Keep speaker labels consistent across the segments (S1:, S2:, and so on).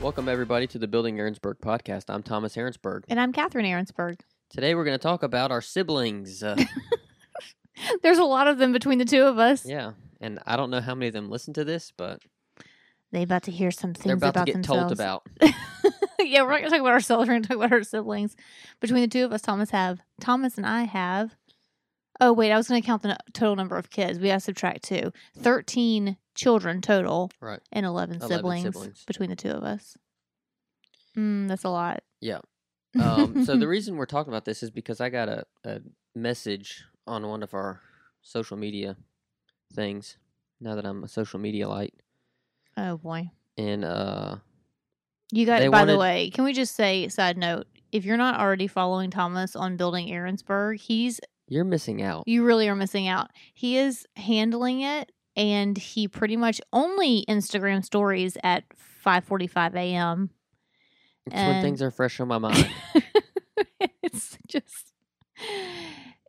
S1: Welcome, everybody, to the Building Aaronsburg podcast. I'm Thomas Aaronsburg.
S2: And I'm Catherine Aaronsburg.
S1: Today, we're going to talk about our siblings. Uh,
S2: There's a lot of them between the two of us.
S1: yeah. And I don't know how many of them listen to this, but
S2: They about to hear some things
S1: they're about, to get
S2: themselves.
S1: told about.
S2: yeah, we're not gonna talk about ourselves. We're gonna talk about our siblings. Between the two of us, Thomas have Thomas and I have. Oh wait, I was gonna count the n- total number of kids. We gotta subtract two. Thirteen children total,
S1: Right.
S2: and 11,
S1: 11
S2: siblings,
S1: siblings.
S2: between the two of us. Mm, that's a lot.
S1: Yeah. Um, so, the reason we're talking about this is because I got a, a message on one of our social media things now that I'm a social media light.
S2: oh boy,
S1: And uh,
S2: you got.
S1: They
S2: by
S1: wanted-
S2: the way, can we just say side note? If you're not already following Thomas on building Aaronsburg, he's
S1: you're missing out.
S2: You really are missing out. He is handling it and he pretty much only Instagram stories at 5:45 a.m.
S1: it's when
S2: and-
S1: things are fresh on my mind.
S2: it's just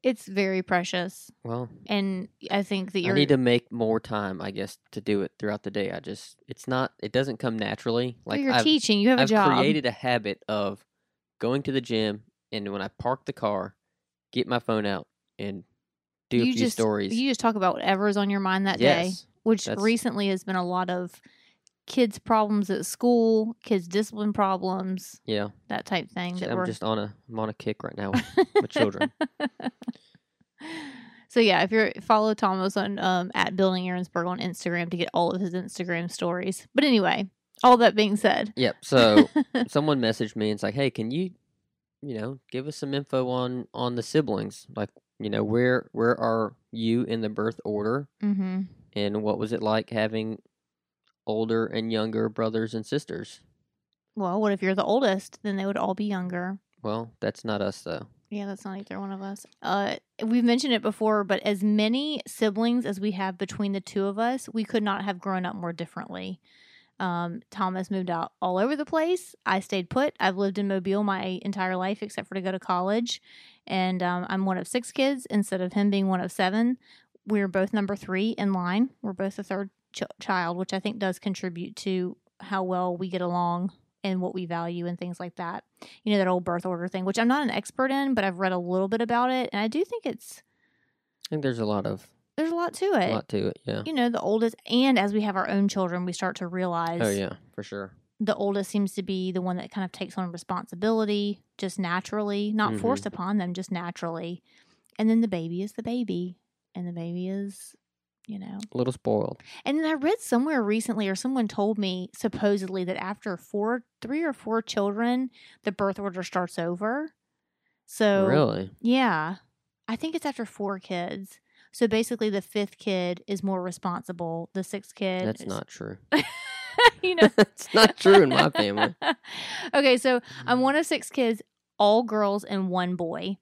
S2: it's very precious
S1: well,
S2: and I think that
S1: I
S2: you're
S1: need to make more time, I guess, to do it throughout the day. I just it's not it doesn't come naturally.
S2: well,
S1: Like
S2: you're
S1: I've,
S2: teaching, you have a
S1: I've
S2: job.
S1: created a habit of going to the gym and when I park the car, get my phone out and do a
S2: you
S1: few
S2: just
S1: stories.
S2: you just talk about whatever is on your mind that day,
S1: yes.
S2: which
S1: that's-
S2: recently has been a lot of kids problems at school, kids discipline problems,
S1: Yeah.
S2: that type thing that
S1: I'm
S2: we're
S1: just on a I'm on a kick right now with, with children.
S2: So yeah, if you're follow Thomas on um, at Building Aaronsburg on Instagram to get all of his Instagram stories. But anyway, all that being said,
S1: Yep. So someone messaged me and it's like, "Hey, can you, you know, give us some info on on the siblings? Like, you know, where where are you in the birth order,
S2: mm-hmm.
S1: and what was it like having older and younger brothers and sisters?"
S2: well, what if you're the oldest? Then they would all be younger.
S1: Well, that's not us though.
S2: Yeah, that's not either one of us. Uh, we've mentioned it before, but as many siblings as we have between the two of us, we could not have grown up more differently. Um, Thomas moved out all over the place. I stayed put. I've lived in Mobile my entire life, except for to go to college. And um, I'm one of six kids instead of him being one of seven. We're both number three in line. We're both the third ch- child, which I think does contribute to how well we get along and what we value and things like that you know that old birth order thing which i'm not an expert in but i've read a little bit about it and i do think it's
S1: I think there's a lot of
S2: there's a lot to
S1: a
S2: it
S1: lot to it. Yeah.
S2: you know the oldest and as we have our own children we start to realize
S1: Oh yeah, for sure.
S2: the oldest seems to be the one that kind of takes on responsibility just naturally not
S1: Mhm.
S2: forced upon them just naturally and then the baby is the baby and the baby is you know
S1: A little spoiled.
S2: and then I read somewhere recently, or someone told me supposedly that after four, three or four children, the birth order starts over. So
S1: really?
S2: yeah, I think it's after four kids. So basically, the fifth kid is more responsible. The sixth kid,
S1: That's
S2: is-
S1: not true.
S2: you know,
S1: it's not true in my family. Mm.
S2: okay, so I'm one of six kids, all girls and one boy.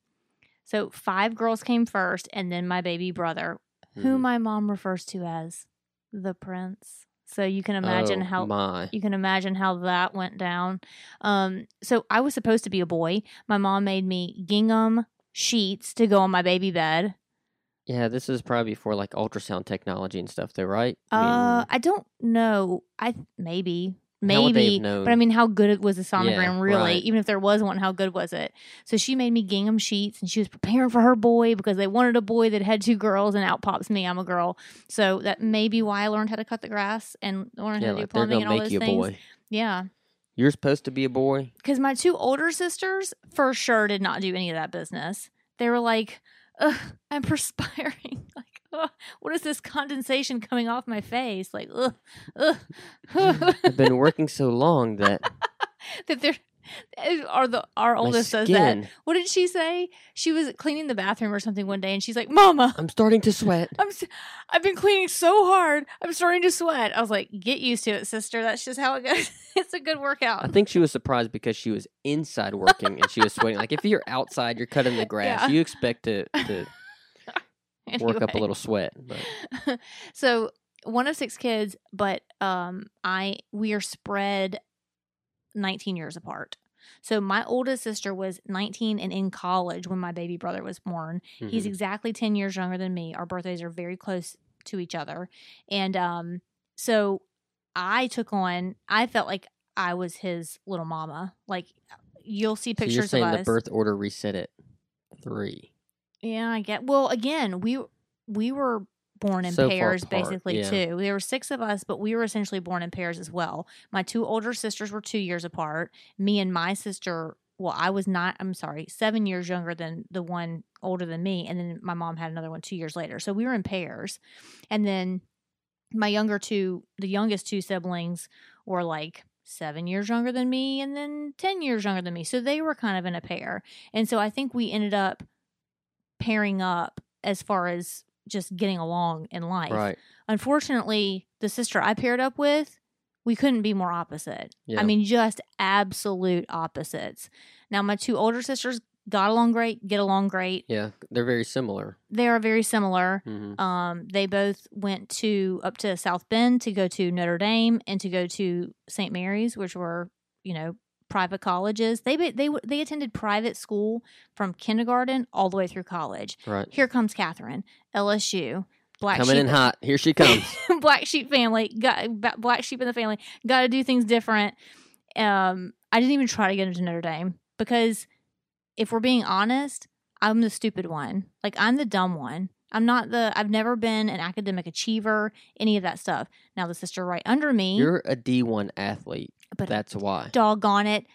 S2: So five girls came first, and then my baby brother, who
S1: Mhm.
S2: my mom refers to as the prince. So you can imagine
S1: Oh,
S2: how
S1: my.
S2: you can imagine how that went down. Um, so I was supposed to be a boy. My mom made me gingham sheets to go on my baby bed.
S1: Yeah, this is probably before like ultrasound technology and stuff, though, right?
S2: Uh, I don't know. I th- maybe.
S1: How would they have
S2: Maybe, but I
S1: known?
S2: mean, how good it was the sonogram,
S1: Yeah,
S2: really?
S1: right.
S2: Even if there was one, how good was it? So she made me gingham sheets, and she was preparing for her boy because they wanted a boy that had two girls, and out pops me. I'm a girl, so that may be why I learned how to cut the grass and learned
S1: yeah,
S2: how
S1: like
S2: to do
S1: they're
S2: plumbing
S1: gonna
S2: and all
S1: make
S2: those
S1: you a
S2: things.
S1: boy.
S2: Yeah,
S1: You're supposed to be a boy.
S2: because my two older sisters for sure did not do any of that business. They were like, Ugh, I'm perspiring. like, ugh, what is this condensation coming off my face? Like, ugh, ugh.
S1: I've been working so long that
S2: that they're eh, are the our
S1: my
S2: oldest
S1: skin.
S2: says that. What did she say? She was cleaning the bathroom or something one day, and she's like, "Mama,
S1: I'm starting to sweat.
S2: I'm s- I've been cleaning so hard, I'm starting to sweat." I was like, "Get used to it, sister. That's just how it goes. it's a good workout."
S1: I think she was surprised because she was inside working and she was sweating. Like if you're outside, you're cutting the grass,
S2: Yeah.
S1: you expect to, to work up a
S2: Anyway.
S1: little sweat. But
S2: so one of six kids, but um, I we are spread 19 years apart. So my oldest sister was 19 and in college when my baby brother was born. He's
S1: mhm.
S2: exactly 10 years younger than me. Our birthdays are very close to each other. And um, so I took on, I felt like I was his little mama. Like you'll see
S1: So
S2: pictures
S1: you're saying
S2: of us.
S1: the birth order reset at three.
S2: Yeah, I get. Well, again, we we were born in
S1: So far
S2: pairs
S1: apart,
S2: basically
S1: yeah.
S2: too. There were six of us, but we were essentially born in pairs as well. My two older sisters were 2 years apart. Me and my sister, well, I was not, I'm sorry, 7 years younger than the one older than me, and then my mom had another one 2 years later. So we were in pairs. And then my younger two, the youngest two siblings were like 7 years younger than me and then 10 years younger than me. So they were kind of in a pair. And so I think we ended up pairing up as far as just getting along in life.
S1: Right.
S2: Unfortunately, the sister I paired up with, we couldn't be more opposite.
S1: Yeah.
S2: I mean, just absolute opposites. Now, my two older sisters got along great, get along great.
S1: Yeah. They're very similar.
S2: They are very similar.
S1: hmm
S2: Um, they both went to up to South Bend to go to Notre Dame and to go to St. Mary's, which were you know private colleges. They ba- they w- they attended private school from kindergarten all the way through college.
S1: Right.
S2: Here comes Catherine, LSU, black
S1: Coming in
S2: sheep,
S1: hot. Here she comes.
S2: black sheep family, got ba- black sheep in the family. Got to do things different. Um, I didn't even try to get into Notre Dame because if we're being honest, I'm the stupid one. Like I'm the dumb one. I'm not the. I've never been an academic achiever, any of that stuff. Now the sister right under me,
S1: You're a D1 athlete.
S2: but
S1: That's why.
S2: doggone it,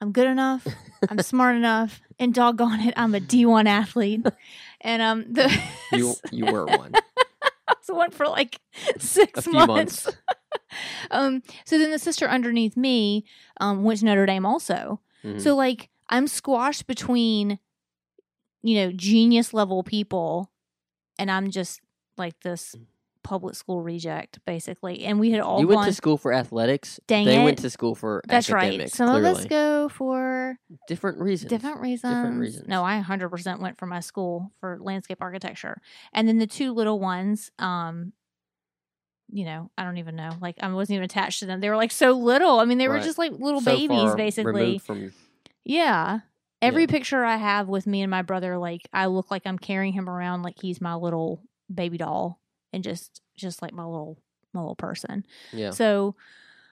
S2: I'm good enough. I'm smart enough, and doggone it, I'm a D1 athlete. And um, the
S1: You you were one.
S2: I was one for like
S1: A
S2: six
S1: few
S2: months.
S1: months.
S2: um, so then the sister underneath me um, went to Notre Dame also.
S1: Mhm.
S2: So like I'm squashed between, you know, genius level people, and I'm just like this public school reject basically. And we had all
S1: Hmm. you
S2: gone.
S1: went to school for athletics.
S2: Dang
S1: they went
S2: it.
S1: to school for
S2: that's right.
S1: academics,
S2: Some
S1: clearly.
S2: of us go for
S1: different reasons.
S2: different reasons.
S1: reasons.
S2: No, I 100% went for my school for landscape architecture. And then the two little ones, um, you know, I don't even know. Like, I wasn't even attached to them. They were like so little. I mean, they were
S1: Right.
S2: just like little
S1: So
S2: babies,
S1: far
S2: basically.
S1: removed From,
S2: Yeah. Every
S1: Yeah.
S2: picture I have with me and my brother, like, I look like I'm carrying him around like he's my little baby doll and just, just like my little, my little person.
S1: yeah.
S2: So,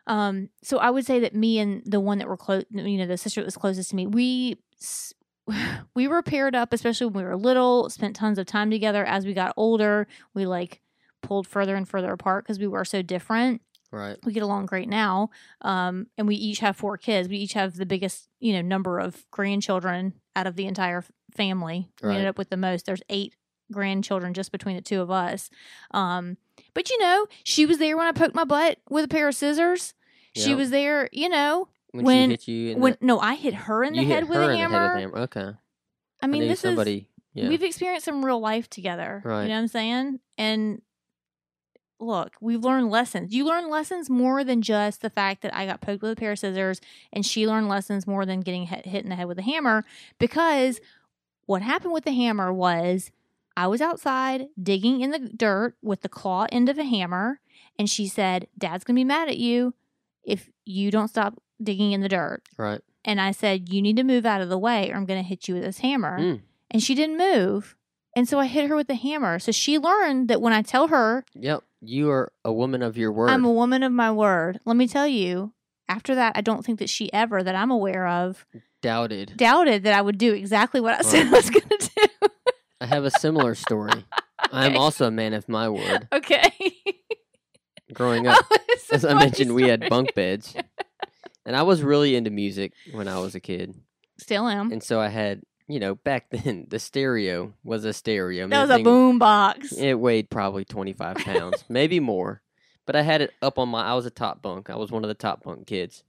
S2: um, so I would say that me and the one that were close, you know, the sister that was closest to me, we s- we were paired up, especially when we were little. Spent tons of time together. As we got older, we like pulled further and further apart because we were so different.
S1: right.
S2: We get along great now, um, and we each have four kids. We each have the biggest, you know, number of grandchildren out of the entire f- family. We ended
S1: Right.
S2: up with the most. There's eight grandchildren just between the two of us. Um, but you know, she was there when I poked my butt with a pair of scissors. She
S1: Yeah.
S2: was there, you know,
S1: When,
S2: when-
S1: she hit you in
S2: when
S1: the,
S2: no, I hit her in the
S1: you
S2: head
S1: hit
S2: with
S1: her
S2: a
S1: in the head
S2: hammer.
S1: with a hammer. Okay.
S2: I mean,
S1: knew
S2: this is
S1: somebody. yeah.
S2: we've experienced some real life together.
S1: Right.
S2: You know what I'm saying? And look, we've learned lessons. You learn lessons more than just the fact that I got poked with a pair of scissors, and she learned lessons more than getting hit, hit in the head with a hammer because what happened with the hammer was I was outside digging in the dirt with the claw end of a hammer, and she said, Dad's going to be mad at you if you don't stop digging in the dirt.
S1: Right.
S2: And I said, You need to move out of the way or I'm going to hit you with this hammer.
S1: Mm.
S2: And she didn't move. And so I hit her with the hammer. So she learned that when I tell her
S1: Yep. You are a woman of your word.
S2: I'm a woman of my word, let me tell you, after that, I don't think that she ever, that I'm aware of,
S1: Doubted.
S2: doubted that I would do exactly what I said I
S1: Right.
S2: was going to do.
S1: I have a similar story. I'm
S2: Okay.
S1: also a man of my word.
S2: Okay.
S1: Growing up,
S2: It's a
S1: as I
S2: funny
S1: mentioned, we had
S2: story.
S1: bunk beds. And I was really into music when I was a kid.
S2: Still am.
S1: And so I had, you know, back then the stereo was a stereo. I mean,
S2: that was
S1: the
S2: a
S1: thing-
S2: boom box.
S1: It weighed probably 25 pounds, maybe more. But I had it up on my, I was a top bunk. I was one of the top bunk kids.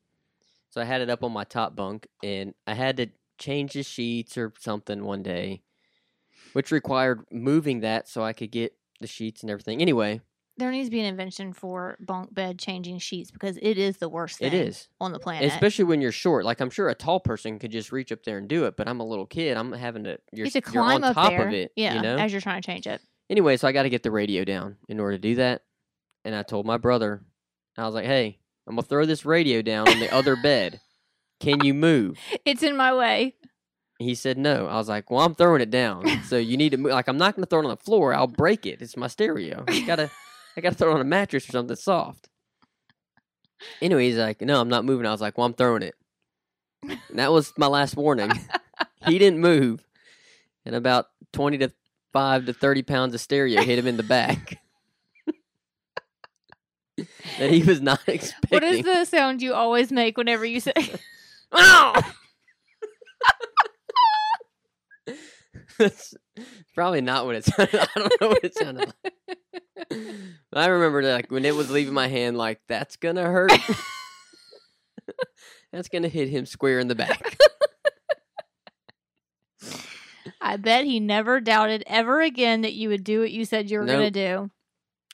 S1: So I had it up on my top bunk and I had to change the sheets or something one day, which required moving that so I could get the sheets and everything. Anyway,
S2: There needs to be an invention for bunk bed changing sheets because it is the worst thing
S1: it is.
S2: on the planet.
S1: Especially when you're short. Like I'm sure a tall person could just reach up there and do it, but I'm a little kid. I'm having to, you're,
S2: you have to
S1: s-
S2: climb
S1: you're on
S2: up
S1: top
S2: there,
S1: of it.
S2: yeah,
S1: You know?
S2: as you're trying to change it.
S1: Anyway, so I got to get the radio down in order to do that. And I told my brother, I was like, hey, I'm going to throw this radio down on the other bed. Can you move?
S2: It's in my way.
S1: He said, no. I was like, well, I'm throwing it down. So you need to move. Like, I'm not going to throw it on the floor. I'll break it. It's my stereo. I got to. I got to throw it on a mattress or something soft. Anyway, he's like, no, I'm not moving. I was like, well, I'm throwing it. And that was my last warning. he didn't move. And about 20 to 5 to 30 pounds of stereo hit him in the back. that he was not expecting.
S2: What is the sound you always make whenever you say?
S1: Ah! That's probably not what it sounded. I don't know what it sounded like. But I remember like when it was leaving my hand, like that's gonna hurt. that's gonna hit him square in the back.
S2: I bet he never doubted ever again that you would do what you said you were going
S1: Nope.
S2: to do.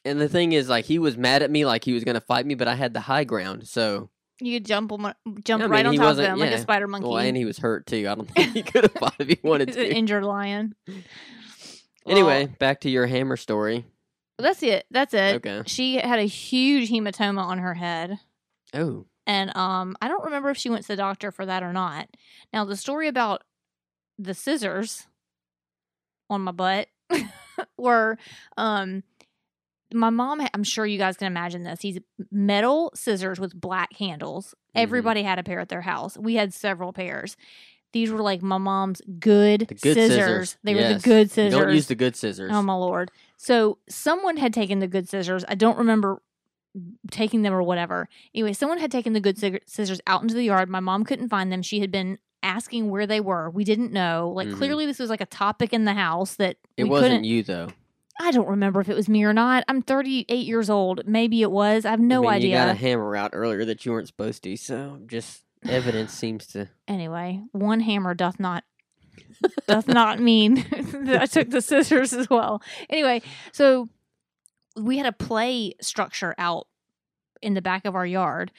S1: And the thing is, like he was mad at me, like he was gonna fight me, but I had the high ground. So
S2: You could jump on, jump
S1: I mean,
S2: right on
S1: he
S2: top of
S1: wasn't-
S2: him like a
S1: yeah.
S2: spider monkey.
S1: well, and he was hurt too. I don't think he could have fought if he wanted
S2: He's an
S1: to.
S2: injured lion.
S1: anyway, back to your hammer story.
S2: Well, that's it. That's it.
S1: Okay.
S2: She had a huge hematoma on her head.
S1: Oh,
S2: And um, I don't remember if she went to the doctor for that or not. Now, the story about the scissors on my butt were um, my mom, ha- I'm sure you guys can imagine this. These metal scissors with black handles.
S1: Mhm.
S2: Everybody had a pair at their house. We had several pairs. These were like my mom's good,
S1: the good
S2: scissors.
S1: scissors.
S2: They were the
S1: Yes.
S2: good scissors.
S1: You don't use the good scissors.
S2: Oh my lord! So someone had taken the good scissors. I don't remember taking them or whatever. Anyway, someone had taken the good sci- scissors out into the yard. My mom couldn't find them. She had been asking where they were. We didn't know. Like
S1: Mhm.
S2: clearly, this was like a topic in the house that
S1: it
S2: we
S1: wasn't
S2: couldn't-
S1: you though.
S2: I don't remember if it was me or not. I'm 38 years old. Maybe it was. I have no
S1: I mean,
S2: idea.
S1: You got a hammer out earlier that you weren't supposed to, so just evidence seems to.
S2: anyway, one hammer doth not doth not mean that I took the scissors as well. Anyway, so we had a play structure out in the back of our yard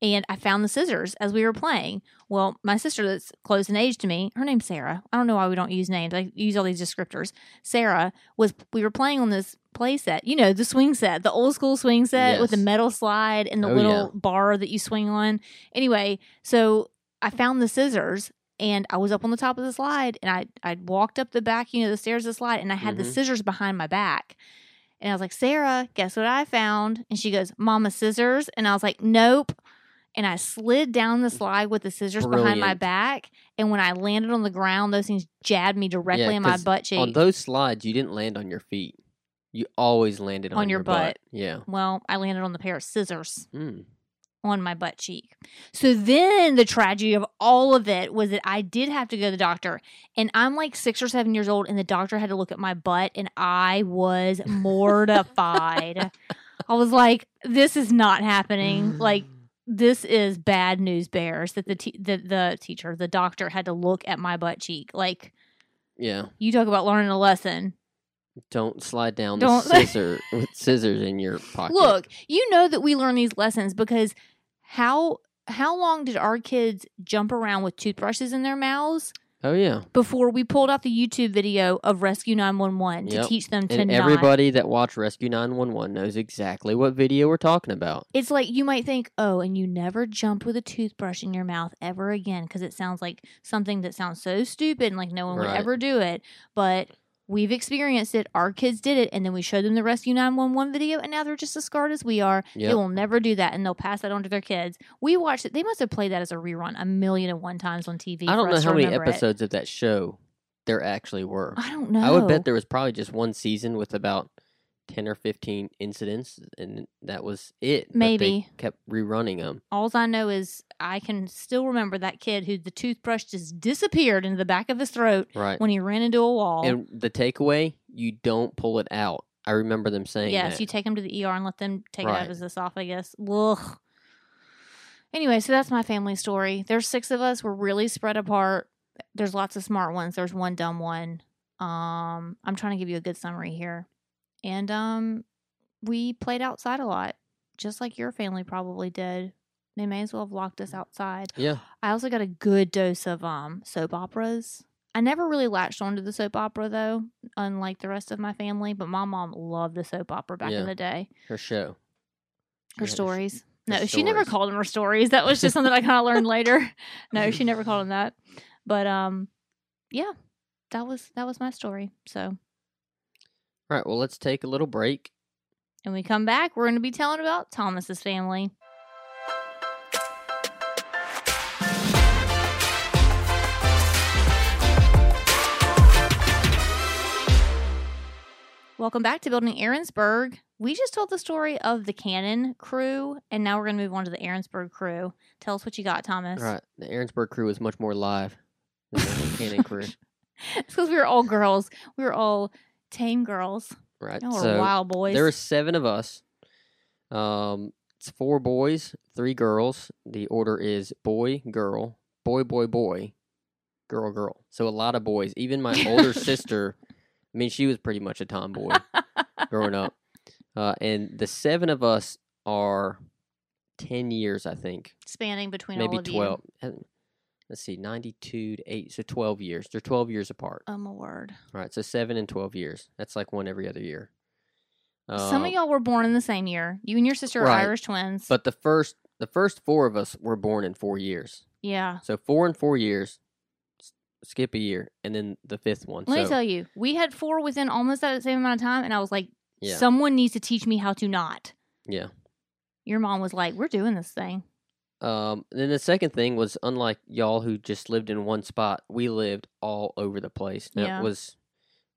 S2: and I found the scissors as we were playing. Well, my sister that's close in age to me, her name's Sarah. I don't know why we don't use names. I use all these descriptors. Sarah was we were playing on this play set, you know, the swing set, the old school swing set with the
S1: Yes.
S2: metal slide and the
S1: Oh,
S2: little
S1: yeah.
S2: bar that you swing on. Anyway, so I found the scissors and I was up on the top of the slide and I I walked up the back, you know, the stairs of the slide and I had the
S1: Mhm.
S2: scissors behind my back. And I was like, Sarah, guess what I found? And she goes, Mama scissors. And I was like, Nope. And I slid down the slide with the scissors behind my
S1: Brilliant.
S2: back. And when I landed on the ground, those things jabbed me directly in my
S1: 'cause
S2: butt cheek.
S1: On those slides, you didn't land on your feet. You always landed on,
S2: On your butt.
S1: Yeah.
S2: well, I landed on the pair of scissors.
S1: Mm.
S2: on my butt cheek. So then the tragedy of all of it was that I did have to go to the doctor. And I'm like six or seven years old, and the doctor had to look at my butt, and I was mortified. I was like, this is not
S1: Mm.
S2: happening. Like, this is bad news bears that the, te- the the teacher the doctor had to look at my butt cheek like
S1: Yeah.
S2: you talk about learning a lesson
S1: Don't slide down
S2: Don't-
S1: the scissor with scissors in your pocket.
S2: Look, you know that we learn these lessons because how how long did our kids jump around with toothbrushes in their mouths
S1: Oh yeah.
S2: before we pulled out the YouTube video of Rescue 911 to
S1: Yep.
S2: teach them to
S1: And
S2: not?
S1: everybody that watched Rescue 911 knows exactly what video we're talking about.
S2: It's like you might think, "Oh, and you never jump with a toothbrush in your mouth ever again" because it sounds like something that sounds so stupid and like no one would
S1: Right.
S2: ever do it, but We've experienced it. Our kids did it, and then we showed them the Rescue 911 video, and now they're just as scarred as we are. They
S1: Yeah.
S2: will never do that, and they'll pass that on to their kids. We watched it. They must have played that as a rerun a million and one times on TV.
S1: I
S2: for
S1: don't know
S2: us to
S1: how many
S2: remember it.
S1: episodes of that show there actually were.
S2: I don't know.
S1: I would bet there was probably just one season with about ten or fifteen incidents, and that was it. but they
S2: Maybe.
S1: kept rerunning them.
S2: All I know is I can still remember that kid who the toothbrush just disappeared into the back of his throat
S1: Right.
S2: when he ran into a wall.
S1: And the takeaway: you don't pull it out. I remember them saying
S2: yes,
S1: that.
S2: you take him to the ER and let them take it out of
S1: Right.
S2: his esophagus. Ugh. Anyway, so that's my family story. There's six of us. We're really spread apart. There's lots of smart ones. There's one dumb one. Um, I'm trying to give you a good summary here. And um, we played outside a lot, just like your family probably did. They may as well have locked
S1: Mm.
S2: us outside.
S1: yeah,
S2: I also got a good dose of um soap operas. I never really latched onto the soap opera though, unlike the rest of my family. But my mom loved the soap opera back
S1: Yeah.
S2: in the day.
S1: her show.
S2: Her
S1: Yeah, her-
S2: stories.
S1: her
S2: no, she never
S1: stories.
S2: called them her stories. That was just something I kind of learned later. No, she never called them that. But um, yeah, that was that was my story. So,
S1: All right, well, let's take a little break.
S2: and we come back, we're going to be telling about Thomas's family. Welcome back to Building Aaronsburg. We just told the story of the Cannon crew, and now we're going to move on to the Aaronsburg crew. Tell us what you got, Thomas.
S1: All right, the Aaronsburg crew is much more live than the Cannon crew.
S2: It's because we were all girls. We were all tame girls.
S1: Right,
S2: Y'all were
S1: so
S2: wild boys.
S1: there were seven of us. Um, it's four boys, three girls. The order is boy, girl, boy, boy, boy, girl, girl. So a lot of boys. Even my older sister, I mean, she was pretty much a tomboy growing up. Uh, and the seven of us are ten years, I think,
S2: spanning between all
S1: maybe
S2: of
S1: twelve. Uh, Let's see, ninety-two to eight, so twelve years. They're twelve years apart.
S2: you. Um, a word.
S1: All right, so seven and twelve years. That's like one every other year.
S2: Some
S1: Um,
S2: of y'all were born in the same year. You and your sister are
S1: Right.
S2: Irish twins.
S1: But the first the first four of us were born in four years.
S2: yeah.
S1: So four and four years, s- skip a year, and then the fifth one.
S2: Let
S1: so,
S2: me tell you, we had four within almost that same amount of time, and I was like,
S1: Yeah,
S2: someone needs to teach me how to not.
S1: yeah.
S2: Your mom was like, we're doing this thing.
S1: Um, then the second thing was unlike y'all who just lived in one spot, we lived all over the place. Now,
S2: Yeah.
S1: It was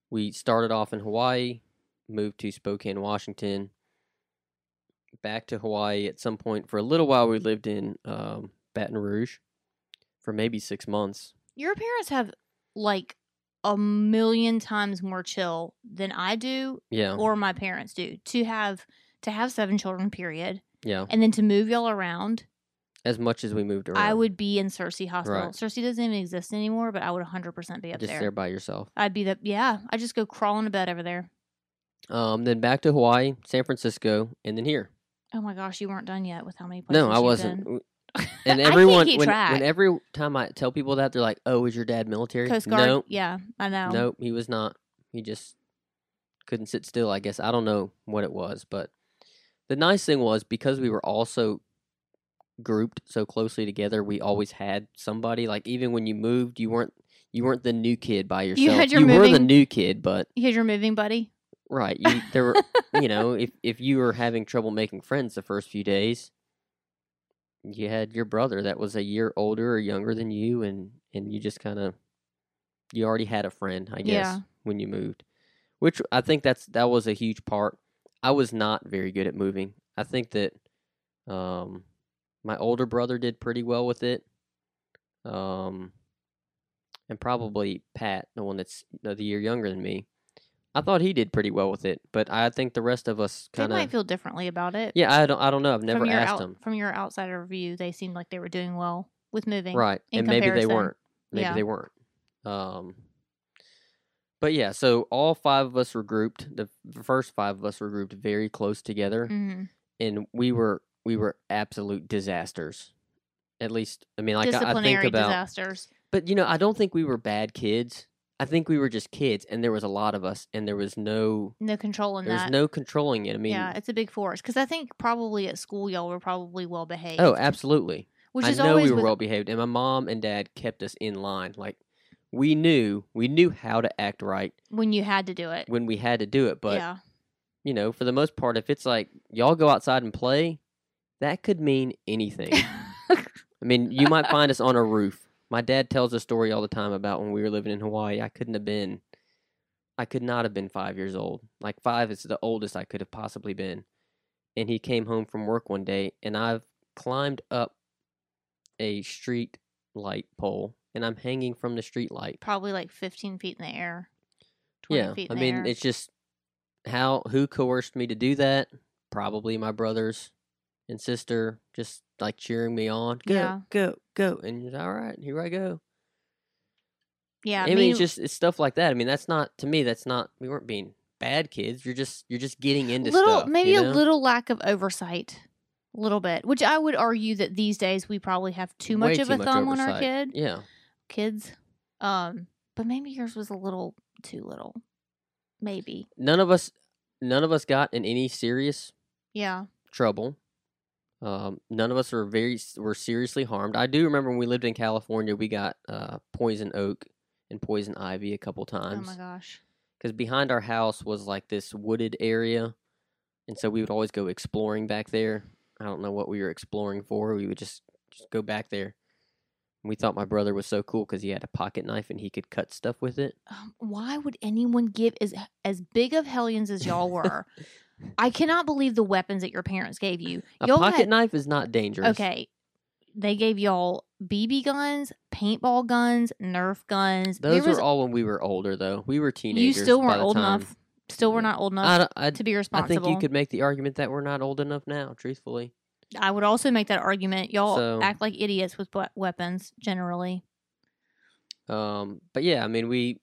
S1: we started off in Hawaii, moved to Spokane, Washington, back to Hawaii at some point. For a little while, we lived in um, Baton Rouge for maybe six months.
S2: Your parents have like a million times more chill than I do
S1: Yeah,
S2: or my parents do to have to have seven children period
S1: yeah.
S2: and then to move y'all around
S1: As much as we moved around,
S2: i would be in cersei hospital
S1: Right.
S2: cersei doesn't even exist anymore but i would 100% be up
S1: just
S2: there.
S1: there. by yourself.
S2: i'd be the yeah i just go crawl in a bed over there
S1: Um, then back to Hawaii, San Francisco, and then here.
S2: oh my gosh you weren't done yet with how many places
S1: No, I
S2: you've
S1: wasn't.
S2: been.
S1: W-
S2: I
S1: And
S2: can't
S1: everyone,
S2: keep
S1: when,
S2: track.
S1: when every time I tell people that, they're like, "Oh, is your dad military?"
S2: coast guard
S1: No,
S2: yeah i know
S1: no, he was not. He just couldn't sit still. I guess I don't know what it was, but the nice thing was because we were also grouped so closely together, we always had somebody. Like even when you moved, you weren't you weren't the new kid by yourself.
S2: had your
S1: were the
S2: moving-
S1: new kid, but
S2: here's your moving buddy
S1: Right. You, there were, you know, if if you were having trouble making friends the first few days, you had your brother that was a year older or younger than you, and and you just kind of you already had a friend, I guess,
S2: Yeah.
S1: when you moved, which I think that's that was a huge part. I was not very good at moving. I think that um my older brother did pretty well with it. Um and probably Pat, the one that's the year younger than me. I thought he did pretty well with it, but I think the rest of us kind
S2: they might
S1: of
S2: feel differently about it
S1: Yeah, I don't I don't know. I've never
S2: from your
S1: asked
S2: out-
S1: him.
S2: from your outsider view they seemed like they were doing well with moving
S1: Right.
S2: in
S1: and maybe they
S2: comparison.
S1: weren't. Maybe
S2: Yeah.
S1: they weren't. Um But yeah, so all five of us were grouped. The f- first five of us were grouped very close together.
S2: hmm
S1: and we were we were absolute disasters. At least, I mean, like I, I think
S2: disciplinary
S1: about,
S2: disasters
S1: but you know, I don't think we were bad kids. I think we were just kids, and there was a lot of us, and there was no
S2: no control in
S1: there was
S2: that
S1: no controlling it. I mean,
S2: yeah, it's a big force because I think probably at school y'all were probably well behaved.
S1: oh, absolutely.
S2: which
S1: I
S2: is
S1: know
S2: always
S1: we were
S2: with,
S1: well behaved, and my mom and dad kept us in line. Like we knew we knew how to act right
S2: when you had to do it.
S1: when we had to do it, but
S2: yeah,
S1: you know, for the most part, if it's like y'all go outside and play, that could mean anything. I mean, you might find us on a roof. My dad tells a story all the time about when we were living in Hawaii. I couldn't have been, I could not have been five years old. Like five is the oldest I could have possibly been. And he came home from work one day, and I've climbed up a street light pole, and I'm hanging from the street light.
S2: probably like fifteen feet in the air. 20
S1: Yeah,
S2: feet
S1: I
S2: in
S1: mean,
S2: the air.
S1: it's just how who coerced me to do that? Probably my brothers and sister, just like cheering me on. Go,
S2: Yeah.
S1: go, go, and you're, all right, here I go.
S2: yeah.
S1: I
S2: me-
S1: mean, it's just it's stuff like that. I mean, that's not to me. That's not we weren't being bad kids. You're just you're just getting into
S2: little
S1: stuff.
S2: maybe
S1: you
S2: a
S1: know?
S2: little lack of oversight, a little bit. Which I would argue that these days we probably have too much
S1: Way
S2: of
S1: too
S2: a thumb on our
S1: oversight.
S2: kid
S1: Yeah,
S2: kids. Um, but maybe yours was a little too little. Maybe
S1: none of us none of us got in any serious
S2: yeah.
S1: trouble. Um, none of us were very were seriously harmed. I do remember when we lived in California, we got uh, poison oak and poison ivy a couple
S2: oh my
S1: times
S2: gosh.
S1: because behind our house was like this wooded area, and so we would always go exploring back there. I don't know what we were exploring for. We would just just go back there. We thought my brother was so cool because he had a pocket knife and he could cut stuff with it.
S2: Um, why would anyone give as as big of hellions as y'all were? I cannot believe the weapons that your parents gave you.
S1: A
S2: y'all
S1: pocket
S2: had-
S1: knife is not dangerous.
S2: Okay. They gave y'all BB guns, paintball guns, Nerf guns. There
S1: Those
S2: was-
S1: were all when we were older, though. We were
S2: you
S1: teenagers.
S2: still
S1: by
S2: weren't
S1: the
S2: old
S1: time.
S2: enough. Still were
S1: Yeah.
S2: not old
S1: I,
S2: enough
S1: don't- I,
S2: to be
S1: I
S2: responsible.
S1: think you could make the argument that we're not old enough now, truthfully.
S2: I would also make that argument. Y'all
S1: So-
S2: act like idiots with we- weapons generally.
S1: Um, but yeah, I mean we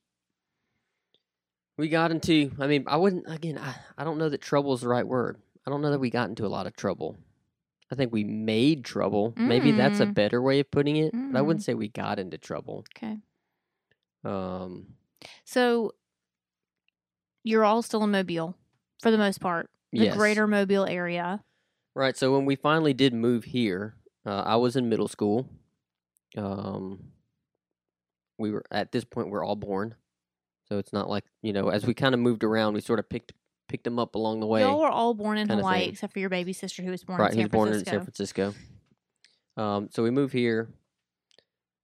S1: we got into. I mean, I wouldn't again. I, I don't know that trouble is the right word. I don't know that we got into a lot of trouble. I think we made trouble. Maybe that's a
S2: Mm.
S1: better way of putting it. But I
S2: Mm.
S1: wouldn't say we got into trouble.
S2: Okay.
S1: Um,
S2: So you're all still in Mobile for the most part, the
S1: yes.
S2: greater Mobile area.
S1: Right. So when we finally did move here, uh, I was in middle school. Um, we were at this point we're all born, so it's not like you know as we kind of moved around, we sort of picked picked them up along the way.
S2: Y'all were all born in
S1: kinda
S2: Hawaii
S1: thing.
S2: except for your baby sister who was born
S1: right.
S2: in
S1: He
S2: San
S1: was born in
S2: Francisco.
S1: San Francisco. Um, so we moved here.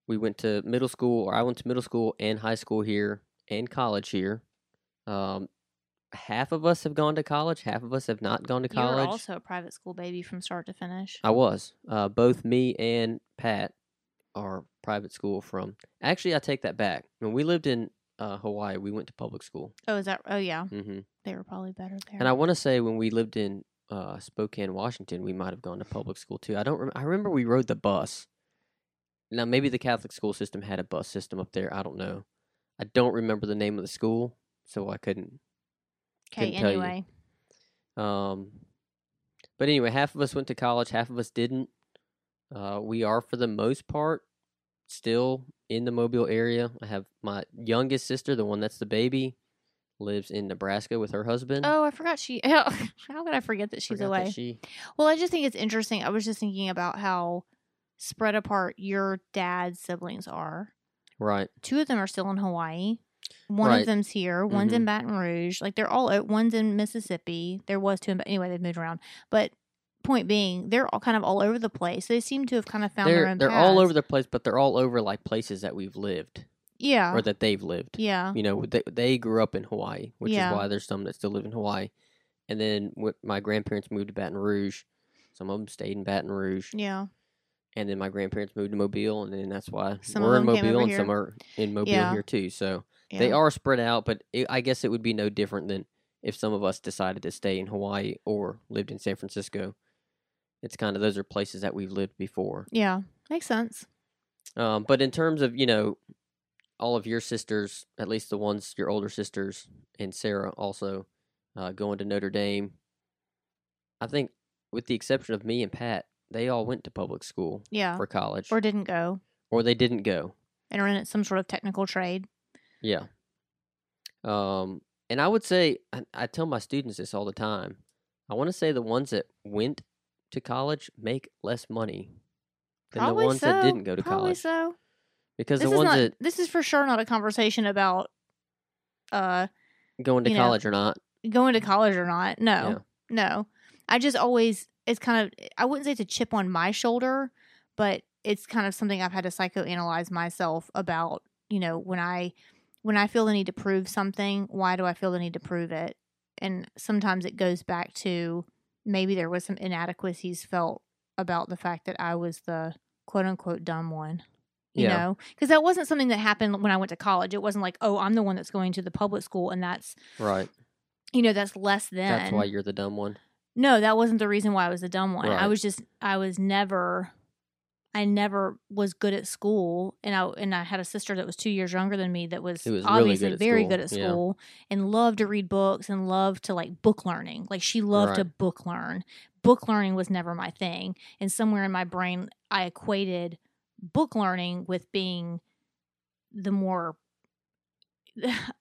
S1: We went to middle school, or I went to middle school and high school here and college here. Um, half of us have gone to college. Half of us have not gone to
S2: You
S1: college.
S2: were also a private school baby from start to finish.
S1: I was. Uh, both me and Pat are private school from. Actually, I take that back. When we lived in uh, Hawaii, we went to public school.
S2: Oh, is that? Oh, yeah.
S1: hmm
S2: They were probably better there.
S1: And I want to say when we lived in uh, Spokane, Washington, we might have gone to public school too. I don't. Rem- I remember we rode the bus. Now maybe the Catholic school system had a bus system up there. I don't know. I don't remember the name of the school, so I couldn't.
S2: okay,
S1: couldn't tell you.
S2: anyway.
S1: Um, but anyway, half of us went to college, half of us didn't. Uh, we are, for the most part, still in the Mobile area. I have my youngest sister, the one that's the baby, lives in Nebraska with her husband.
S2: Oh, I forgot she. How, how could I forget that she's
S1: Forgot that
S2: away?
S1: she-
S2: well, I just think it's interesting. I was just thinking about how spread apart your dad's siblings are.
S1: right.
S2: Two of them are still in Hawaii. One of
S1: Right. Mm-hmm.
S2: them's here. One's in Baton Rouge. Like they're all. o- One's in Mississippi. There was two. In, anyway, they've moved around. But point being, they're all kind of all over the place. They seem to have kind of found their
S1: They're
S2: own.
S1: they're all
S2: paths.
S1: over the place, but they're all over like places that we've lived
S2: Yeah.
S1: or that they've lived.
S2: yeah.
S1: You know, they they grew up in Hawaii, which
S2: Yeah.
S1: is why there's some that still live in Hawaii. And then wh- my grandparents moved to Baton Rouge. Some of them stayed in Baton Rouge.
S2: Yeah.
S1: and then my grandparents moved to Mobile, and then that's why
S2: Some of
S1: we're in
S2: them came
S1: Mobile,
S2: over
S1: and
S2: here.
S1: some are in Mobile
S2: Yeah.
S1: here too. So
S2: yeah.
S1: they are spread out, but it, I guess it would be no different than if some of us decided to stay in Hawaii or lived in San Francisco. It's kind of those are places that we've lived before.
S2: Yeah. Makes sense.
S1: Um, but in terms of you know, all of your sisters, at least the ones your older sisters and Sarah also uh, going to Notre Dame. I think, with the exception of me and Pat, they all went to public school
S2: Yeah.
S1: for college,
S2: Or didn't go
S1: or they didn't go.
S2: and are in some sort of technical trade.
S1: Yeah. Um, and I would say I, I tell my students this all the time. I want to say the ones that went to college make less money than
S2: Probably
S1: the ones
S2: so.
S1: that didn't go to
S2: Probably
S1: college
S2: so.
S1: because
S2: This is
S1: the ones
S2: not.
S1: that
S2: This is for sure not a conversation about uh
S1: going to
S2: you know,
S1: college or not.
S2: going to college or not. No, no. I just always it's kind of I wouldn't say it's a chip on my shoulder, but it's kind of something I've had to psychoanalyze myself about. You know, when I when I feel the need to prove something, why do I feel the need to prove it? And sometimes it goes back to maybe there was some inadequacies felt about the fact that I was the quote unquote dumb one. You
S1: Yeah.
S2: know, because that wasn't something that happened when I went to college. It wasn't like, oh, I'm the one that's going to the public school, and that's
S1: Right.
S2: you know that's less than
S1: That's why you're the dumb one.
S2: no that wasn't the reason why i was the dumb one i
S1: Right.
S2: was just i was never i never was good at school and i and i had a sister that was two years younger than me that was,
S1: Who was really good
S2: obviously
S1: at
S2: very
S1: school,
S2: good at
S1: yeah.
S2: school and loved to read books and loved to like book learning like she loved to book learn book learning was never my thing and somewhere in my brain i equated book learning with being the more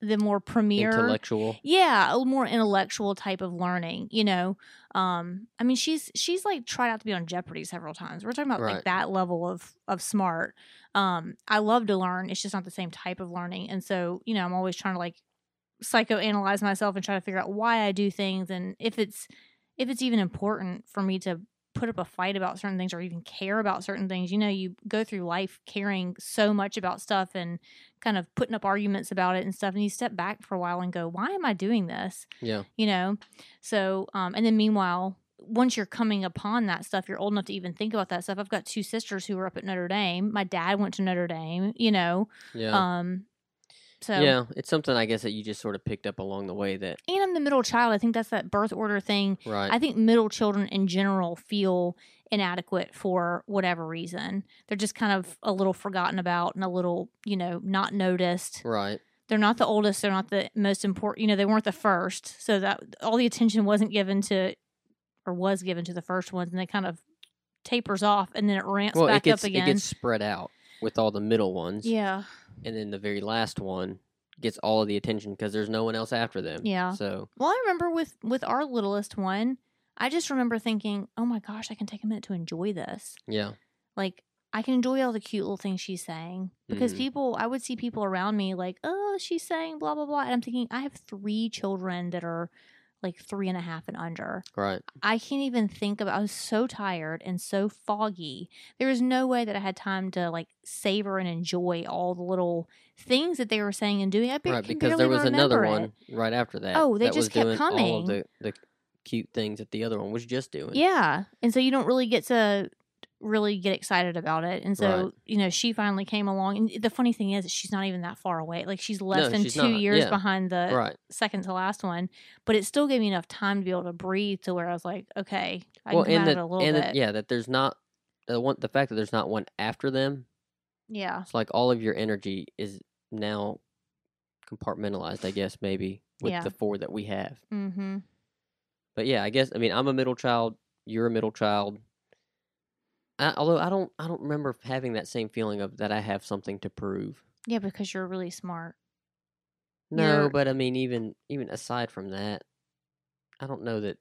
S2: the more premier
S1: Intellectual.
S2: yeah a more intellectual type of learning you know um i mean she's she's like tried out to be on jeopardy several times we're talking about like
S1: Right.
S2: that level of of smart um i love to learn it's just not the same type of learning and so you know i'm always trying to like psychoanalyze myself and try to figure out why i do things and if it's if it's even important for me to put up a fight about certain things or even care about certain things. You know, you go through life caring so much about stuff and kind of putting up arguments about it and stuff. And you step back for a while and go, why am I doing this?
S1: Yeah.
S2: You know, so, um, and then meanwhile, once you're coming upon that stuff, you're old enough to even think about that stuff. I've got two sisters who were up at Notre Dame. My dad went to Notre Dame, you know.
S1: Yeah.
S2: Um, so,
S1: yeah. It's something I guess that you just sort of picked up along the way that
S2: and I'm the middle child. I think that's that birth order thing.
S1: right.
S2: I think middle children in general feel inadequate for whatever reason. They're just kind of a little forgotten about and a little, you know, not noticed.
S1: right.
S2: They're not the oldest, they're not the most important, you know, they weren't the first. So that all the attention wasn't given to or was given to the first ones and it kind of tapers off and then it ramps
S1: Well,
S2: back
S1: it gets
S2: up
S1: it
S2: again.
S1: gets spread out with all the middle ones,
S2: yeah.
S1: and then the very last one gets all of the attention because there's no one else after them.
S2: Yeah.
S1: So
S2: Well, I remember with with our littlest one, I just remember thinking, "Oh my gosh, I can take a minute to enjoy this."
S1: yeah.
S2: like I can enjoy all the cute little things she's saying because
S1: Mhm.
S2: people I would see people around me like, oh, she's saying blah blah blah, and I'm thinking I have three children that are like three and a half and under.
S1: Right.
S2: I can't even think about. I was so tired and so foggy. There was no way that I had time to like savor and enjoy all the little things that they were saying and doing. I ba-
S1: right.
S2: can
S1: Because there
S2: barely
S1: was another
S2: remember it.
S1: one right after that.
S2: Oh, they
S1: that was
S2: just kept
S1: doing All
S2: coming.
S1: of the the cute things that the other one was just doing.
S2: Yeah. And so you don't really get to really get excited about it. And so,
S1: Right.
S2: you know, she finally came along. And the funny thing is, she's not even that far away. Like, she's less
S1: No,
S2: than
S1: she's
S2: two
S1: not.
S2: years
S1: Yeah.
S2: behind the
S1: Right.
S2: second to last one. But it still gave me enough time to be able to breathe to where I was like, okay, I
S1: well,
S2: can come
S1: and
S2: out
S1: that
S2: it a little
S1: and
S2: bit.
S1: that- yeah, that there's not the one the fact that there's not one after them.
S2: yeah.
S1: It's like all of your energy is now compartmentalized, I guess maybe with
S2: Yeah.
S1: the four that we have.
S2: Mm-hmm.
S1: But yeah, I guess I mean I'm a middle child. You're a middle child. I, although I don't, I don't remember having that same feeling of that I have something to prove.
S2: Yeah, because you're really smart.
S1: No,
S2: You're-
S1: but I mean, even even aside from that, I don't know that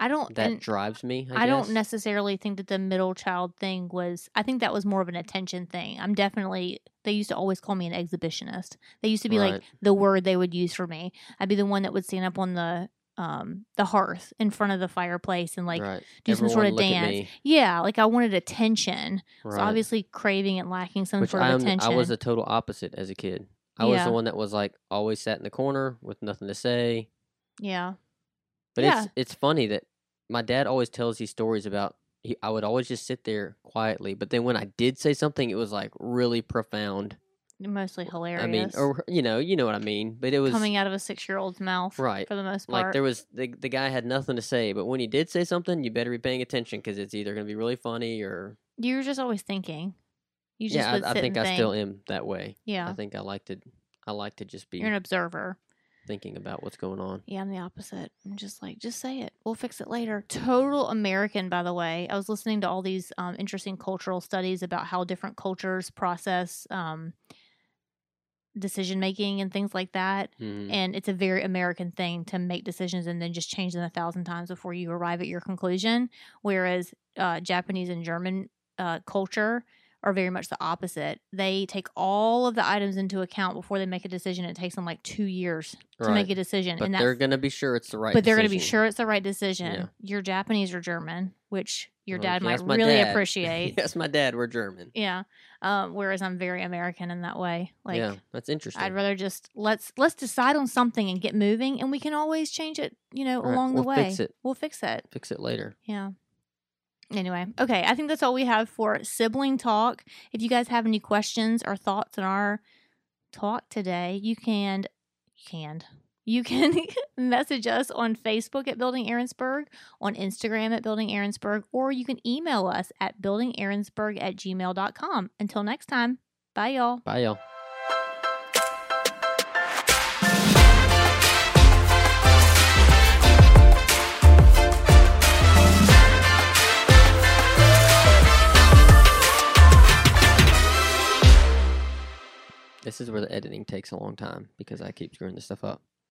S2: I don't.
S1: that
S2: and-
S1: drives me. I,
S2: I, don't
S1: guess.
S2: necessarily think that the middle child thing was. I think that was more of an attention thing. I'm definitely. They used to always call me an exhibitionist. They used to be
S1: Right.
S2: like the word they would use for me. I'd be the one that would stand up on the um the hearth in front of the fireplace and like
S1: right.
S2: do some sort
S1: Everyone
S2: of
S1: look at
S2: dance.
S1: me.
S2: yeah, like I wanted attention.
S1: Right.
S2: So obviously craving and lacking some
S1: Which
S2: sort
S1: I,
S2: of
S1: am, I
S2: attention.
S1: was the total opposite as a kid. I was
S2: Yeah.
S1: the one that was like always sat in the corner with nothing to say.
S2: yeah.
S1: But
S2: Yeah.
S1: it's it's funny that my dad always tells these stories about he, I would always just sit there quietly, but then when I did say something, it was like really profound.
S2: Mostly hilarious.
S1: I mean, or you know, you know what I mean. But it was
S2: coming out of a six year old's mouth
S1: right.
S2: for the most part.
S1: Like there was the the guy had nothing to say, but when he did say something, you better be paying attention because it's either going to be really funny or
S2: you were just always thinking. You just
S1: yeah.
S2: would
S1: I, I
S2: sit
S1: think
S2: and
S1: I still am that way.
S2: Yeah.
S1: I think I like to I like to just be
S2: You're an observer.
S1: thinking about what's going on.
S2: Yeah, I'm the opposite. I'm just like, just say it. We'll fix it later. Total American, by the way. I was listening to all these um, interesting cultural studies about how different cultures process um, decision making and things like that.
S1: Mhm.
S2: And it's a very American thing to make decisions and then just change them a thousand times before you arrive at your conclusion. Whereas uh, Japanese and German uh, culture are very much the opposite. They take all of the items into account before they make a decision. It takes them like two years to
S1: Right.
S2: make a decision.
S1: but
S2: and
S1: they're
S2: that's
S1: going to be sure it's the right.
S2: but they're going to be
S1: decision.
S2: sure it's the right decision.
S1: Yeah.
S2: You're Japanese or German, which your
S1: Well, if
S2: dad
S1: you
S2: might
S1: ask Mm-hmm. my
S2: really
S1: dad-
S2: appreciate.
S1: Yes, my dad. We're German.
S2: yeah. Um, whereas I'm very American in that way. Like
S1: yeah, that's interesting.
S2: I'd rather just let's let's decide on something and get moving, and we can always change it. You know,
S1: Right,
S2: along the
S1: we'll
S2: way,
S1: fix it.
S2: we'll fix it.
S1: fix it later.
S2: Yeah. Anyway, okay, I think that's all we have for sibling talk. If you guys have any questions or thoughts on our talk today, you can you can you can message us on Facebook at Building Aaronsburg, on Instagram at Building Aaronsburg, or you can email us at buildingaaronsburg at gmail.com. Until next time, bye y'all.
S1: Bye, y'all. This is where the editing takes a long time because I keep screwing this stuff up.